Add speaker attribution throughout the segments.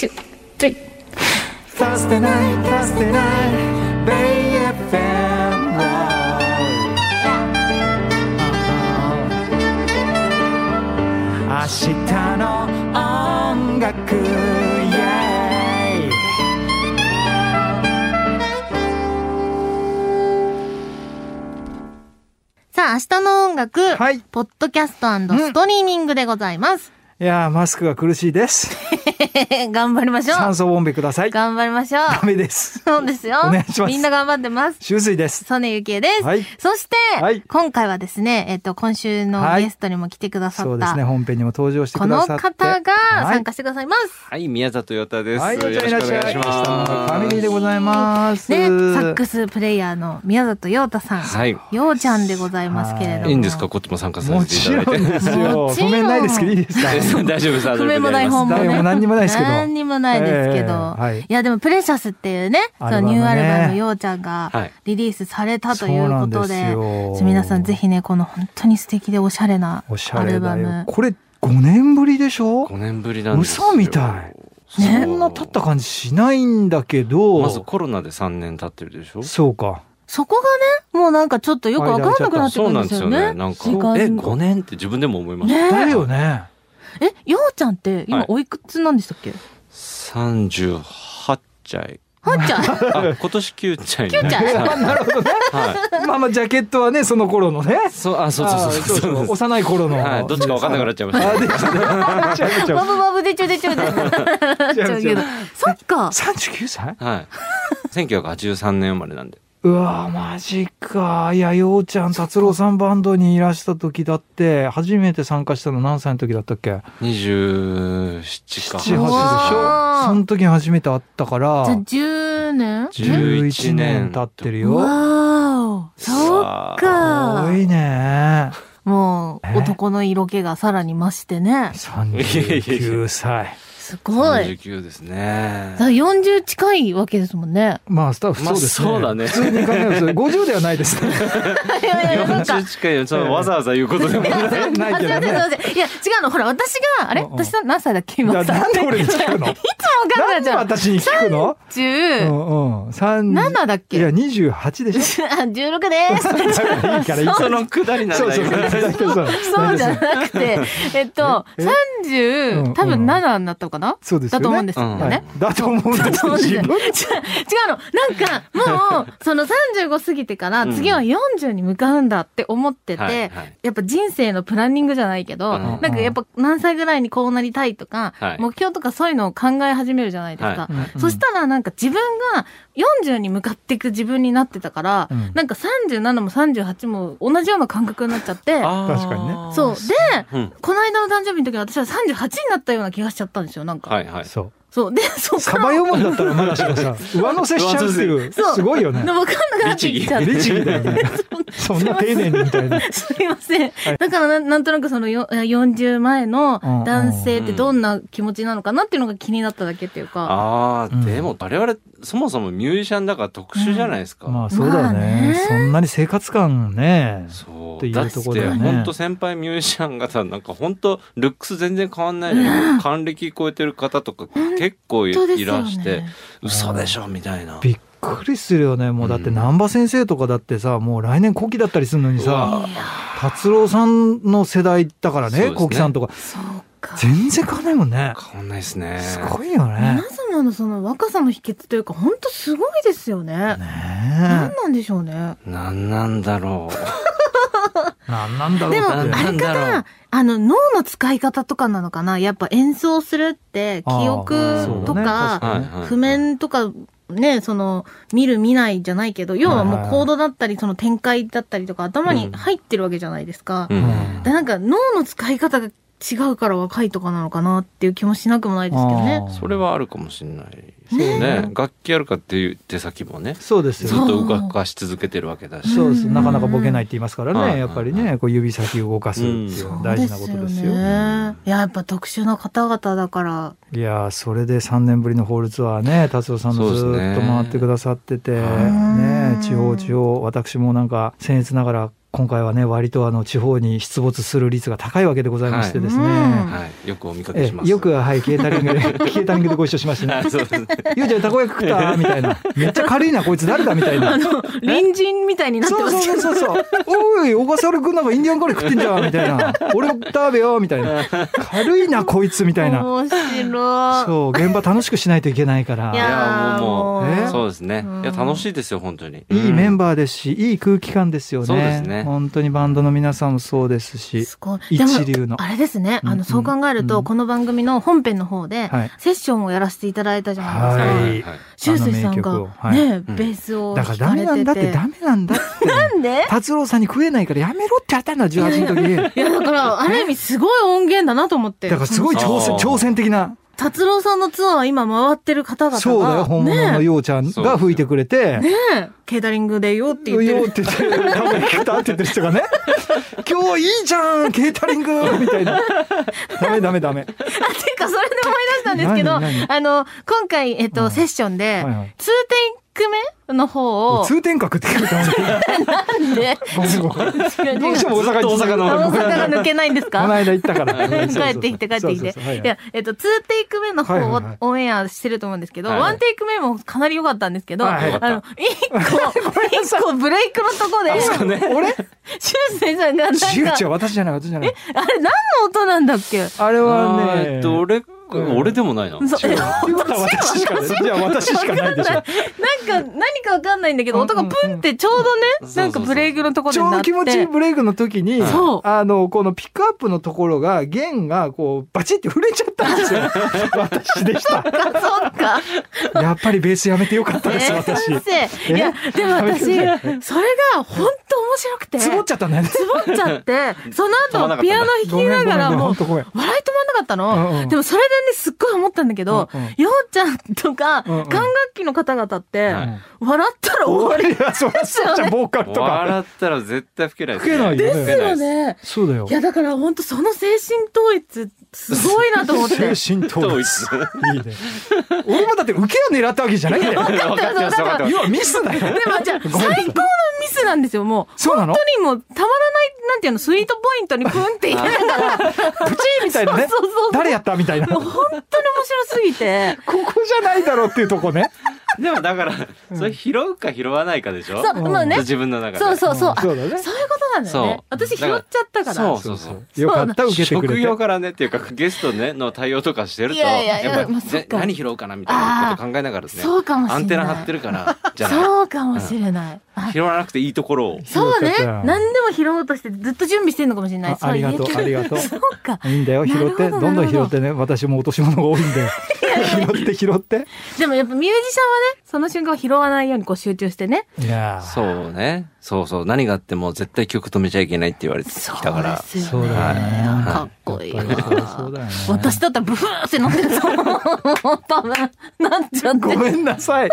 Speaker 1: three.
Speaker 2: Thursday night, Thursday night, Bay FM Live 明日の音楽 yeah
Speaker 3: さあ、明日の音楽、
Speaker 2: はい
Speaker 3: ポッドキャストストリーミングでございます。
Speaker 2: いやーマスクが苦しいです。
Speaker 3: 頑張りましょ
Speaker 2: 酸
Speaker 3: う。
Speaker 2: 素ボンベください。ダ
Speaker 3: 頑張りま しょう。
Speaker 2: メです。
Speaker 3: そうですよ。
Speaker 2: お願いします
Speaker 3: みんな頑張ってます。
Speaker 2: 終水です。
Speaker 3: ソネユキエです。
Speaker 2: はい
Speaker 3: そして、
Speaker 2: はい
Speaker 3: 今回はですね、えっと、今週の
Speaker 2: はい
Speaker 3: ゲストにも来てくださった、
Speaker 2: そうですね本編にも登場して
Speaker 3: こ
Speaker 2: く
Speaker 3: の
Speaker 2: ださって
Speaker 3: 方が参
Speaker 2: 加
Speaker 3: 加してくださいます。
Speaker 4: はい、宮里与太です。
Speaker 2: はい、
Speaker 4: よろしくお願いします。
Speaker 2: ファミリーでございます。
Speaker 3: ね、サックスプレイヤーの宮里陽太さん、
Speaker 4: はい
Speaker 3: 陽ちゃんでございますけれども。
Speaker 4: いいんですか、こっちも参加さ
Speaker 2: も
Speaker 4: せてい
Speaker 2: ち
Speaker 4: ただ
Speaker 2: ろ
Speaker 4: いて。
Speaker 2: んですよ。
Speaker 3: もち
Speaker 2: 譜
Speaker 3: ろん
Speaker 2: 面ないですけどいいですか
Speaker 4: 大丈夫です。大丈夫です
Speaker 3: 譜面も台本も、
Speaker 2: 台
Speaker 3: ね、
Speaker 2: 本も何にもないですけど
Speaker 3: 何にもないですけど、
Speaker 2: ええはい
Speaker 3: いやでも「プレシャス」っていうねそ
Speaker 2: アルバ
Speaker 3: の
Speaker 2: ムね
Speaker 3: ニューアルバムのようちゃんが
Speaker 4: はい
Speaker 3: リリースされたということで,、
Speaker 2: そうなんですよ
Speaker 3: 皆さんぜひねこの本当に素敵でおしゃれな
Speaker 2: おしゃ
Speaker 3: ア
Speaker 2: れ
Speaker 3: ルバ
Speaker 2: だよ
Speaker 3: ム。
Speaker 2: これ5年ぶりでしょ
Speaker 4: 5年ぶりなんですよ。
Speaker 2: 嘘みたいそ
Speaker 4: ね
Speaker 2: んな経った感じしないんだけど、
Speaker 4: まずコロナで3年経ってるでしょ
Speaker 2: そうか。
Speaker 3: そこがねもうなんかちょっとよくわからなくなってく
Speaker 4: そ
Speaker 3: る
Speaker 4: うんなん
Speaker 3: で
Speaker 4: ですす
Speaker 3: よ
Speaker 4: よね。
Speaker 3: ね。
Speaker 4: なんか、
Speaker 3: 時間が
Speaker 4: え、5年って自分でも思いまし
Speaker 3: ね
Speaker 4: た。
Speaker 2: だよね。
Speaker 3: えようちゃんって今おいくつなんでしたっけ、
Speaker 4: 38歳。
Speaker 3: はっちゃん
Speaker 4: あ、今年9歳になりま
Speaker 3: 9
Speaker 4: した。
Speaker 2: なるほどね。
Speaker 4: はい。
Speaker 2: まあまあ、ジャケットはね、その頃のね。
Speaker 4: そう、あ、そうそう
Speaker 2: あー
Speaker 4: そうそう。
Speaker 2: 幼い頃の。
Speaker 4: はい、どっちか分かんなくなっちゃいました。
Speaker 2: あでちゃうちゃ
Speaker 3: バ
Speaker 2: う
Speaker 3: ブバブでちょでちょで
Speaker 2: ちゃうちゃう
Speaker 3: そっか
Speaker 2: 39歳
Speaker 4: はい。1983年生まれなんで。
Speaker 2: うわーマジかいやようちゃん達郎さんバンドにいらした時だって初めて参加したの何歳の時だったっけ
Speaker 4: 27か。
Speaker 2: 七八
Speaker 3: うわー
Speaker 2: その時に初めて会ったから
Speaker 3: じゃあ10年
Speaker 2: 11年経ってるよ
Speaker 3: わーそっか
Speaker 2: 多いね
Speaker 3: も
Speaker 2: え
Speaker 3: う男の色気がさらに増してね。
Speaker 2: 39歳
Speaker 3: すごい。
Speaker 4: 39ですね
Speaker 3: だか。ら40近いわけですもんね。
Speaker 2: まあスタッフそうですね,、
Speaker 4: まあそうだね
Speaker 2: 普通に考えます50ではないですね
Speaker 3: いやいや、なんか。
Speaker 4: 40
Speaker 3: す
Speaker 4: 近いよ。そのわざわざ言うことでもない。
Speaker 2: ないけ
Speaker 3: い
Speaker 2: ど
Speaker 3: ませんすい
Speaker 2: ね
Speaker 3: ません。いや、違うの。ほら、私が、あれ
Speaker 2: うんうん
Speaker 3: 私さ何歳だっけ今
Speaker 2: だ
Speaker 3: さ。
Speaker 2: なんで俺に聞くの
Speaker 3: いつも考
Speaker 2: な
Speaker 3: え
Speaker 2: ん
Speaker 3: ち
Speaker 2: で
Speaker 3: ゃう。
Speaker 2: 私に聞くの
Speaker 3: 17
Speaker 2: うんうん三
Speaker 3: だっ
Speaker 2: いや
Speaker 3: け
Speaker 2: 28でしょ
Speaker 3: あ ?16 です。
Speaker 2: いい からいいから。
Speaker 4: そのくだりなん
Speaker 2: そう
Speaker 4: だ
Speaker 2: そう
Speaker 4: よ。
Speaker 2: そうそう。
Speaker 3: そうじゃなくて、えっと、
Speaker 2: うん
Speaker 3: 30、多分7になったのかな
Speaker 2: そうですよ
Speaker 3: だ
Speaker 2: ね
Speaker 3: と思うんです
Speaker 4: う
Speaker 3: よ
Speaker 4: ん
Speaker 3: ね。
Speaker 2: だと思うんです
Speaker 3: そうです
Speaker 2: 自
Speaker 3: よ
Speaker 2: 分
Speaker 3: 違うの。なんか、もう、その35過ぎてから、
Speaker 4: うん
Speaker 3: 次は40に向かうんだって思ってて、
Speaker 4: はいはい
Speaker 3: やっぱ人生のプランニングじゃないけど、
Speaker 4: うん
Speaker 3: なんかやっぱ何歳ぐらいにこうなりたいとか、
Speaker 4: はい
Speaker 3: 目標とかそういうのを考え始めるじゃないですか。
Speaker 4: は
Speaker 3: そしたらなんか自分が40に向かっていく自分になってたから、
Speaker 2: うん
Speaker 3: なんか37も38も同じような感覚になっちゃって、
Speaker 2: 確かにね
Speaker 3: そう。で、
Speaker 4: うん
Speaker 3: この間の誕生日の時は私は38になったような気がしちゃったんですよ、なんか。
Speaker 4: はいはい。
Speaker 2: そう。
Speaker 3: そう。で、そっか
Speaker 2: サ
Speaker 3: ら
Speaker 2: バ読むんだったらまだしも さ、上乗せしちゃうっていう、
Speaker 3: そう
Speaker 2: すごいよね
Speaker 3: で。わかんなくなってきちゃって。
Speaker 2: 律儀だよね。そんな丁寧にみたいな。
Speaker 3: すいません。だからな、なんとなくそのよ40前の男性ってどんな気持ちなのかなっていうのが気になっただけっていうか。
Speaker 4: あ
Speaker 2: うん
Speaker 4: あ、でも我々、そもそもミュージシャンだから特殊じゃないですか。
Speaker 2: まあそうだよ
Speaker 3: まあ
Speaker 2: ね
Speaker 3: ね。
Speaker 2: そんなに生活感ね。
Speaker 4: そ。
Speaker 2: っていうう
Speaker 4: だって、
Speaker 2: とこだよね
Speaker 4: 本当先輩ミュージシャン方、なんか本当ルックス全然変わんないのに、還暦超えてる方とか結構い
Speaker 3: 本当です
Speaker 4: い
Speaker 3: よ
Speaker 4: ら
Speaker 3: ね
Speaker 4: して、嘘でしょみたいな。
Speaker 2: びっくりするよね。もうだって南波先生とかだってさ、もう来年後期だったりするのに
Speaker 4: うわ
Speaker 2: さ、達郎さんの世代だから
Speaker 4: そう
Speaker 2: ね、
Speaker 4: ですね
Speaker 2: 後期さんとか。
Speaker 3: そうか。
Speaker 2: 全然変わんないもんね。
Speaker 4: 変わんないですね。
Speaker 2: すごいよね
Speaker 3: 皆。様のその若さの秘訣というか、本当すごいですよね。
Speaker 2: ね
Speaker 3: 何なんでしょうね。
Speaker 4: なんなんだろ
Speaker 2: え。なんなんだろう
Speaker 3: でも、
Speaker 2: っ
Speaker 3: あ
Speaker 2: て
Speaker 3: れ
Speaker 2: ね
Speaker 4: な
Speaker 3: か
Speaker 4: んだろう
Speaker 3: な、あの、脳の使い方とかなのかなやっぱ演奏するって、
Speaker 2: あー
Speaker 3: 記憶
Speaker 2: そ
Speaker 3: と
Speaker 2: うだね確
Speaker 3: か
Speaker 4: う。、はいはい
Speaker 3: 譜面とか、ね、その、見る見ないじゃないけど、要は
Speaker 2: はい
Speaker 3: も
Speaker 2: は
Speaker 3: う
Speaker 2: い
Speaker 3: コードだったり、その展開だったりとか、頭
Speaker 4: う
Speaker 3: に
Speaker 4: ん
Speaker 3: 入ってるわけじゃないですか。
Speaker 4: うん
Speaker 3: で、なんか脳の使い方が違うから若いとかなのかなっていう気もしなくもないですけどね。
Speaker 4: それはあるかもしれないです
Speaker 2: ね
Speaker 4: ね。楽器やるかっていう手先もね、
Speaker 2: そうです
Speaker 4: ずっ
Speaker 2: よ
Speaker 3: そう
Speaker 4: と動かし続けてるわけだし。
Speaker 2: そうですなかなかボケないって言いますから
Speaker 4: うん
Speaker 2: ねやっぱりねこう指先を動かすっていううん大事なことですよ
Speaker 3: そうねいや、やっぱ特殊な方々だから、
Speaker 2: いやーそれで3年ぶりのホールツアーね達郎さんもず
Speaker 4: そう
Speaker 2: ー
Speaker 4: で
Speaker 2: っ
Speaker 4: す
Speaker 2: と
Speaker 4: ね
Speaker 2: 回ってくださってて
Speaker 4: は
Speaker 2: ね
Speaker 4: い
Speaker 2: 地方地方私もなんか僭越ながら今回はね、割とあの地方に出没する率が高いわけでございましてですね。
Speaker 3: はい
Speaker 4: はい、よくお見かけ
Speaker 2: え
Speaker 4: します。
Speaker 2: えよく、はい、ケータリン グで、ケータリングでご一緒しましたね。
Speaker 4: あそうですね。
Speaker 2: ゆうちゃんたこ焼き食ったみたい な。めっちゃ軽いな、こいつ誰だみたいな。
Speaker 3: 隣人みたいになって
Speaker 2: そ
Speaker 3: ま
Speaker 2: う
Speaker 3: す
Speaker 2: そ
Speaker 3: け
Speaker 2: う
Speaker 3: ど。
Speaker 2: そうそう。おい、小笠原くんなんかインディアンカレー食ってんじゃん、みたいな。俺も食べよ、みたいな。軽いな、こいつ、みたいな。
Speaker 3: 面白い。
Speaker 2: そう、現場楽しくしないといけないから。
Speaker 3: い
Speaker 2: い
Speaker 3: やー
Speaker 4: いやも
Speaker 3: も
Speaker 2: う
Speaker 3: う。
Speaker 2: え
Speaker 4: そうですね
Speaker 3: うん。
Speaker 4: いや、楽しいですよ、本当に。
Speaker 2: いメン
Speaker 4: バ
Speaker 2: バーですし、いい空気感ですよね。
Speaker 4: そうですね
Speaker 2: 本当にバンドの皆さんもそうですし。
Speaker 3: すごい。
Speaker 2: 一
Speaker 3: でも、
Speaker 2: 流の
Speaker 3: あれですね。
Speaker 2: う
Speaker 3: あ
Speaker 2: んう
Speaker 3: の、
Speaker 2: ん
Speaker 3: そう考える
Speaker 2: う
Speaker 3: と、
Speaker 2: ん
Speaker 3: この番組の本編の方で、
Speaker 2: はい。
Speaker 3: セッションをやらせていただいたじゃないですか。
Speaker 2: は
Speaker 4: はいい。はい
Speaker 3: シュウスイさん
Speaker 2: あの名曲を
Speaker 3: が、
Speaker 2: はい
Speaker 3: ね、
Speaker 4: うん
Speaker 3: ベースを
Speaker 2: だ
Speaker 3: 弾
Speaker 2: からダ
Speaker 3: か
Speaker 2: メ
Speaker 3: れ
Speaker 2: なん
Speaker 3: て
Speaker 2: だって、
Speaker 3: て。
Speaker 2: ダメなんだって。
Speaker 3: なんで
Speaker 2: 達郎さんに食えないからやめろってやったんだ、18の時に。
Speaker 3: いや、だから、ある意味すごい音源だなと思って。
Speaker 2: だからすごい
Speaker 3: その
Speaker 2: 挑戦、
Speaker 4: あー
Speaker 2: 挑戦的な。
Speaker 3: 達郎さんのツアー今回ってる方々が。
Speaker 2: そうだよ、本物の
Speaker 3: ね
Speaker 2: ようちゃんが吹いてくれて。
Speaker 3: ねえケータリングでよって言って
Speaker 2: よ
Speaker 3: る。
Speaker 2: って言ってる、多分聞いたって言ってる人がね、今日いいじゃん、ケータリングみたいな。ダメダメダメ。
Speaker 3: あ、ていうか、それで思い出したんですけど、
Speaker 2: 何何
Speaker 3: あの、今回、えっ
Speaker 2: う
Speaker 3: と、
Speaker 2: ん
Speaker 3: セッションで
Speaker 2: はいはい、
Speaker 3: 通テイク目の方を、
Speaker 2: 通天閣って聞いたの に
Speaker 3: な んで、
Speaker 2: ごめんごめんど
Speaker 3: ど
Speaker 2: うしても大阪に
Speaker 4: ずっと大阪の
Speaker 3: 大
Speaker 4: 方
Speaker 3: 阪が抜けないんです
Speaker 2: この
Speaker 3: か
Speaker 2: 間行ったから。
Speaker 3: 帰ってきて帰ってきて。
Speaker 2: そうそうそうはいはい
Speaker 3: いや、えっと、2テイク目の方
Speaker 2: はいは
Speaker 3: を
Speaker 2: いはい
Speaker 3: オンエアしてると思うんですけど、
Speaker 4: はいはい
Speaker 3: 1テイク目もかなり良かったんですけど、
Speaker 2: は
Speaker 3: あ
Speaker 2: いはい
Speaker 3: の、1個、1個ブレイクのとこで、
Speaker 2: 俺
Speaker 3: しゅうせいさんがなんか、
Speaker 2: 違う違う、私じゃない、私じゃない。
Speaker 3: あれ何の音なんだっけ
Speaker 2: あれは
Speaker 4: あ
Speaker 2: ね、
Speaker 4: ーえっと、俺、
Speaker 2: ん
Speaker 4: 俺でもないな。
Speaker 3: そう
Speaker 4: 違う
Speaker 2: 私しかない。じゃあ私しかないでしょ。
Speaker 3: なんか、何かわかんないんだけど、音がプンってちょうど
Speaker 4: うん
Speaker 3: ね、
Speaker 4: うん
Speaker 3: なんかブレイクのとこ
Speaker 2: ち
Speaker 3: で
Speaker 2: ょう
Speaker 3: な
Speaker 2: ど
Speaker 3: って。
Speaker 2: 気持ちいいブレイクの時に、
Speaker 3: そう
Speaker 2: あの、このピックアップのところが、弦がこう、バチって触れちゃったんですよ。私でした。
Speaker 3: あ、そ っか。
Speaker 2: やっぱりベースやめてよかったです、
Speaker 3: え
Speaker 2: 私。
Speaker 3: 先生。いや、でも私、それが本当面白くて。
Speaker 2: つぼっちゃったんだよね。
Speaker 3: つぼっちゃって、その後ピアノ弾
Speaker 2: ごめん
Speaker 3: き
Speaker 2: ごめ
Speaker 3: なんがら
Speaker 2: ごめん
Speaker 3: も
Speaker 2: ほ
Speaker 3: うん
Speaker 2: とごめん。
Speaker 3: 笑い止まんなかった
Speaker 2: うんうん
Speaker 3: の。でもそれでね、すっごい思ったんだけど
Speaker 2: うんうん、
Speaker 3: ようちゃんとか、
Speaker 2: うんうん
Speaker 3: 管楽器の方々って
Speaker 4: は、い
Speaker 3: 笑ったら終わり
Speaker 2: りや、そりゃそうじゃん、ボーカルとか。
Speaker 4: 笑ったら絶対吹けない
Speaker 2: 吹けないよね
Speaker 3: ですよ。ね。
Speaker 2: そうだよ
Speaker 3: い。や、だから本当その精神統一、すごいなと思って。
Speaker 2: 精神統
Speaker 4: 統
Speaker 2: 一。
Speaker 4: 一。
Speaker 2: いいね。俺もだって受けを狙ったわけじゃないんだよ。
Speaker 3: 分かってます、分かってます。
Speaker 2: 要はミスだよ。
Speaker 3: でもじゃあ、最
Speaker 2: ごめんなさい
Speaker 3: 高のミスなんですよ、もう。
Speaker 2: そうなの
Speaker 3: 本当にもう、たまらない、なんていうの、スイートポイントにプンって入れなが ら、
Speaker 2: プチーみたいなね
Speaker 3: そうそうそう。
Speaker 2: 誰やったみたいな。
Speaker 3: もう
Speaker 2: こ
Speaker 3: 本当に面白すぎて。
Speaker 2: こじゃないだろうっていうとこね。
Speaker 4: でもだから、それ拾うか拾わないかでしょ
Speaker 3: そう、まあね。
Speaker 4: 自分の中で。
Speaker 3: そうそうそう。あ
Speaker 2: そうだね
Speaker 3: そういうことなんだよね
Speaker 4: そう。
Speaker 3: 私拾っちゃったから。
Speaker 4: そう
Speaker 2: よかった、受けてく
Speaker 4: 職
Speaker 2: れて
Speaker 4: 業。からねっていうかゲストねの対応とかしてると
Speaker 3: いやいやいや
Speaker 4: やっぱ
Speaker 3: まあ
Speaker 4: り
Speaker 3: そっ
Speaker 4: ぜ
Speaker 3: か
Speaker 4: 何拾うかなみたいなこと考えながらですね
Speaker 3: そうかもしれない
Speaker 4: アンテナ張ってるからじゃない
Speaker 3: そうかもしれない。あ
Speaker 4: 拾わなくていいところを
Speaker 3: そうね
Speaker 2: 拾っちゃった。
Speaker 3: 何でも拾おうとしてずっと準備してんのかもしれない
Speaker 2: あ。ありがとう
Speaker 3: そういう
Speaker 2: ありがとう
Speaker 3: そうか。
Speaker 2: いいんだよ、拾って。
Speaker 3: なるほど
Speaker 2: どんどん
Speaker 3: なる
Speaker 2: 拾
Speaker 3: ほど
Speaker 2: ってね。私も落とし物が多いんで。拾って、拾って。
Speaker 3: でもやっぱミュージシャンはね、その瞬間は拾わないようにこう集中してね。
Speaker 2: いやー
Speaker 4: そうねそうそう何があっても絶対曲止めちゃいけないって言われてきたから
Speaker 3: そうです
Speaker 2: そ
Speaker 3: よ
Speaker 2: う
Speaker 3: ね。
Speaker 2: だよね
Speaker 3: かっこいいわ
Speaker 2: やっぱりそうだよね
Speaker 3: 私だったらブフーってなってると思う。多分、なっちゃって
Speaker 2: ご。めんなさい。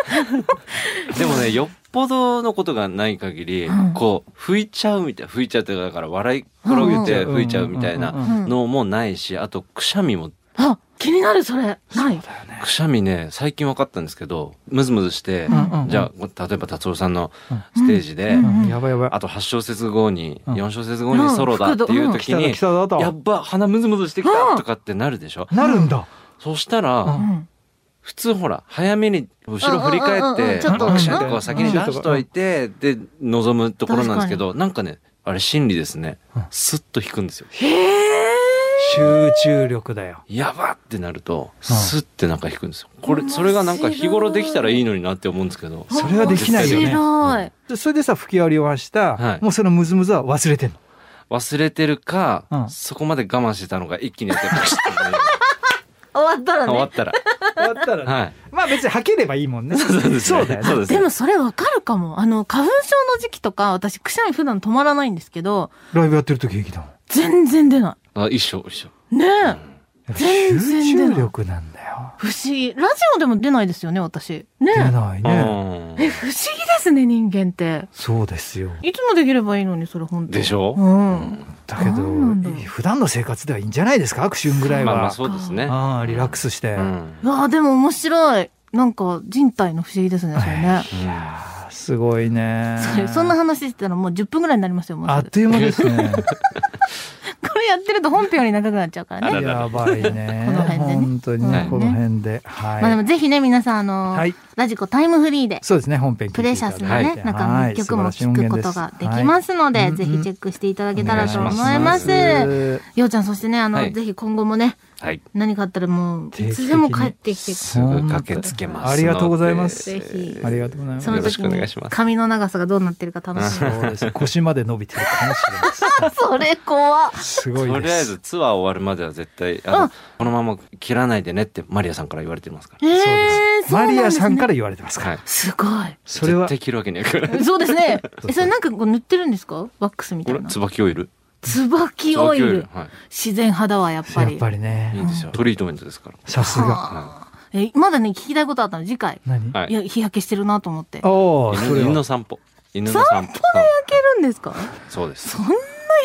Speaker 4: でもねよっぽどのことがない限り、
Speaker 3: うん
Speaker 4: こう吹いちゃうみたい吹いちゃってだから笑い転げて
Speaker 2: うん
Speaker 4: 吹いちゃうみたい
Speaker 2: うんうん
Speaker 4: な
Speaker 2: うん
Speaker 3: うん
Speaker 4: のもないしあとくしゃみも
Speaker 3: あ、気になる、それ。ない。
Speaker 4: くしゃみね最近分かったんですけどムズムズして、
Speaker 2: うんうんうん
Speaker 4: じゃあ例えば達郎さんの
Speaker 2: うん
Speaker 4: ステージで、
Speaker 3: うん
Speaker 2: うんやばいやばい。
Speaker 4: あと8小節後に、
Speaker 2: うん
Speaker 4: 4小節後にソロだっていう時
Speaker 2: うん
Speaker 4: に
Speaker 2: 来たぞ来たぞ、と
Speaker 4: やっば、鼻ムズムズしてき
Speaker 3: うん
Speaker 4: たとかってなるでしょ
Speaker 2: なるんだ。
Speaker 4: そした
Speaker 2: う
Speaker 3: う
Speaker 4: ら、
Speaker 3: ん。
Speaker 4: 普通ほら、早めに後ろ振り返
Speaker 3: うんうんうんうん
Speaker 4: って、
Speaker 3: ちょっと
Speaker 4: アクションと
Speaker 2: うん
Speaker 4: かを先に出しといて、で、望むところなんですけど、なんかね、あれ心理ですね
Speaker 2: うん。
Speaker 4: スッと弾くんですよ。
Speaker 3: へえ。
Speaker 2: 集中力だよ。
Speaker 4: やばってなると、
Speaker 2: うん
Speaker 4: スッてなんか弾くんですよ。こ
Speaker 3: 面白い
Speaker 4: れ、それがなんか日頃できたらいいのになって思うんですけど。
Speaker 2: それはできないよね
Speaker 3: 面白い。
Speaker 2: でそれでさ、吹き終わりました。
Speaker 4: はい
Speaker 2: もうそのムズムズは忘れてんの。
Speaker 4: 忘れてるか、
Speaker 2: うん
Speaker 4: そこまで我慢してたのが一気にやってました、
Speaker 3: 終わったら
Speaker 4: 終わ
Speaker 3: ね
Speaker 4: っ。たら。
Speaker 2: 終わったらね。
Speaker 4: はい。
Speaker 2: まあ別に吐ければいいもんね。
Speaker 4: そうですね
Speaker 2: そうだよね
Speaker 4: そうですね
Speaker 3: でもそれわかるかも。あの、花粉症の時期とか、私、くしゃみ普段止まらないんですけど、
Speaker 2: ライブやってる時平気だもん。
Speaker 3: 全然出な
Speaker 4: あ、一緒、一緒。
Speaker 3: い。ねえ。
Speaker 2: やっぱ
Speaker 3: 全然出
Speaker 2: 集
Speaker 3: ない
Speaker 2: 中力なんだよ。
Speaker 3: 不思議。ラジオでも出ないですよね、私。ね
Speaker 2: 出
Speaker 3: え。
Speaker 2: ないね。
Speaker 4: うん
Speaker 3: え、不思議ですね、人間って。
Speaker 2: そうですよ。
Speaker 3: いつもできればいいのに、それ本当
Speaker 4: でし
Speaker 3: ょ
Speaker 4: ょ
Speaker 3: うん。
Speaker 2: だけど
Speaker 3: なんなんだろう、
Speaker 2: 普段の生活ではいいんじゃないですか、アクションぐらい
Speaker 4: まあま
Speaker 2: は
Speaker 4: あ。そうですね。
Speaker 2: ああ、リラックスして。
Speaker 4: うん
Speaker 3: わあ、でも面白い。なんか、人体の不思議ですね、それね。
Speaker 2: いやーすごいね
Speaker 3: そうそんな話してたらもう10分ぐらいになりますよもう
Speaker 2: あ
Speaker 3: す
Speaker 2: っ
Speaker 3: ぐ
Speaker 2: という間ですね
Speaker 3: これやってると本編より長くなっちゃうから
Speaker 4: あ
Speaker 3: ね
Speaker 4: ら
Speaker 2: やばいね
Speaker 3: この辺でね
Speaker 2: 本当にね、
Speaker 4: うん
Speaker 2: この辺ではい、
Speaker 3: まあでもぜひね皆さんあの、
Speaker 2: はい
Speaker 3: ラジコタイムフリーで
Speaker 2: そうですね本編聞いて
Speaker 3: プレシャス
Speaker 2: い
Speaker 3: の
Speaker 2: ただ
Speaker 3: ね、
Speaker 2: いて
Speaker 3: なん
Speaker 2: は
Speaker 3: か
Speaker 2: い
Speaker 3: 一曲も
Speaker 2: 素晴らしい音
Speaker 3: 聞く
Speaker 2: 源
Speaker 3: こ
Speaker 2: です
Speaker 3: とができますので、
Speaker 2: はい
Speaker 3: ぜひチェックしていただけたらと思い
Speaker 4: お願
Speaker 3: ま
Speaker 4: い
Speaker 3: す。
Speaker 4: し
Speaker 3: ようちゃん、そしてね、あの、
Speaker 4: はい
Speaker 3: ぜひ今後もね、
Speaker 4: はい。
Speaker 3: 何かあったらもう、
Speaker 2: 定期的に
Speaker 3: いつでも帰ってきて、
Speaker 4: すぐ駆けつけますので。
Speaker 2: ありがとうございます
Speaker 3: ぜひ
Speaker 2: ありがとうございます
Speaker 3: その
Speaker 4: よろし
Speaker 3: 時
Speaker 4: くお願
Speaker 3: に
Speaker 4: いします
Speaker 3: 髪の長さがどうなってるか楽 しみ。
Speaker 2: そうです腰まで伸びてるかもしれません
Speaker 3: それ怖っ
Speaker 2: すごいです
Speaker 4: とりあえずツアー終わるまでは絶対あのこのまま切らないでねってマリアさんから言われてますか
Speaker 3: え
Speaker 4: ら。
Speaker 3: ー、そう
Speaker 2: マ
Speaker 3: なん
Speaker 2: リ
Speaker 3: で
Speaker 2: ア
Speaker 3: す
Speaker 2: さん
Speaker 3: ね
Speaker 2: か。ら言われてますから、
Speaker 4: はい。
Speaker 3: すごい。
Speaker 2: それは
Speaker 4: 絶対切るわけにはいかない。
Speaker 3: そうですね。
Speaker 2: そう
Speaker 3: えそれなんかこう塗ってるんですかワックスみた
Speaker 4: これ
Speaker 3: いな。
Speaker 4: 椿オイル。
Speaker 3: 椿オイル。
Speaker 4: は
Speaker 3: 自然肌はやっぱ
Speaker 2: やっ
Speaker 3: り。
Speaker 2: ぱり
Speaker 4: い。いい
Speaker 2: ね
Speaker 4: ですよ。トリートメントですから。
Speaker 2: さすが
Speaker 3: はあえまだね、聞きたいことあったの、次回。
Speaker 2: 何、
Speaker 4: はい
Speaker 3: いや、日焼けしてるなと思って。
Speaker 2: おおそ
Speaker 4: 犬
Speaker 2: れ
Speaker 4: 犬の
Speaker 2: は
Speaker 4: 散歩。犬の散歩。
Speaker 3: 焼けるんですか
Speaker 4: そうです
Speaker 3: そ。んな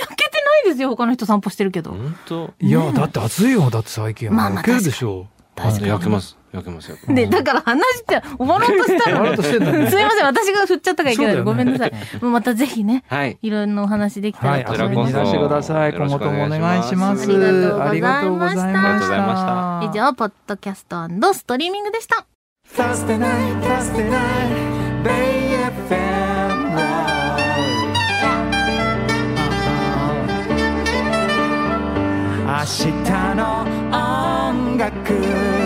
Speaker 3: 焼けてないですよ、他の人散歩してるけど。
Speaker 4: 本当。
Speaker 2: いやだって暑いよだって最近
Speaker 3: まあまあ
Speaker 2: 受けるでしょう
Speaker 3: 確かに
Speaker 4: 焼けます。焼けますよ。
Speaker 3: で、だから話して終わろうとした
Speaker 2: 笑
Speaker 3: ら
Speaker 2: おうとしてんだね
Speaker 3: すいません、私が振っちゃったからいけない、
Speaker 2: そうだよね
Speaker 3: ごめんなさい。もうまたぜひね、
Speaker 4: はい。
Speaker 3: いろんなお話できた
Speaker 2: はい、
Speaker 3: らと
Speaker 4: こち
Speaker 3: 思
Speaker 4: ら
Speaker 2: 遊
Speaker 3: い
Speaker 2: び
Speaker 4: こ
Speaker 3: ま
Speaker 2: にい
Speaker 3: す。
Speaker 2: らしてください。
Speaker 4: よろ
Speaker 2: 今後
Speaker 4: しくお
Speaker 2: ともお願
Speaker 4: 願
Speaker 2: い
Speaker 4: い
Speaker 2: し
Speaker 4: し
Speaker 2: ま。
Speaker 4: ますす
Speaker 3: ありがとうございました
Speaker 2: ありがとうございました
Speaker 3: 以上、ポッドキャストストリーミングでした。
Speaker 2: サステナイサステナイベイ FM 明日の音楽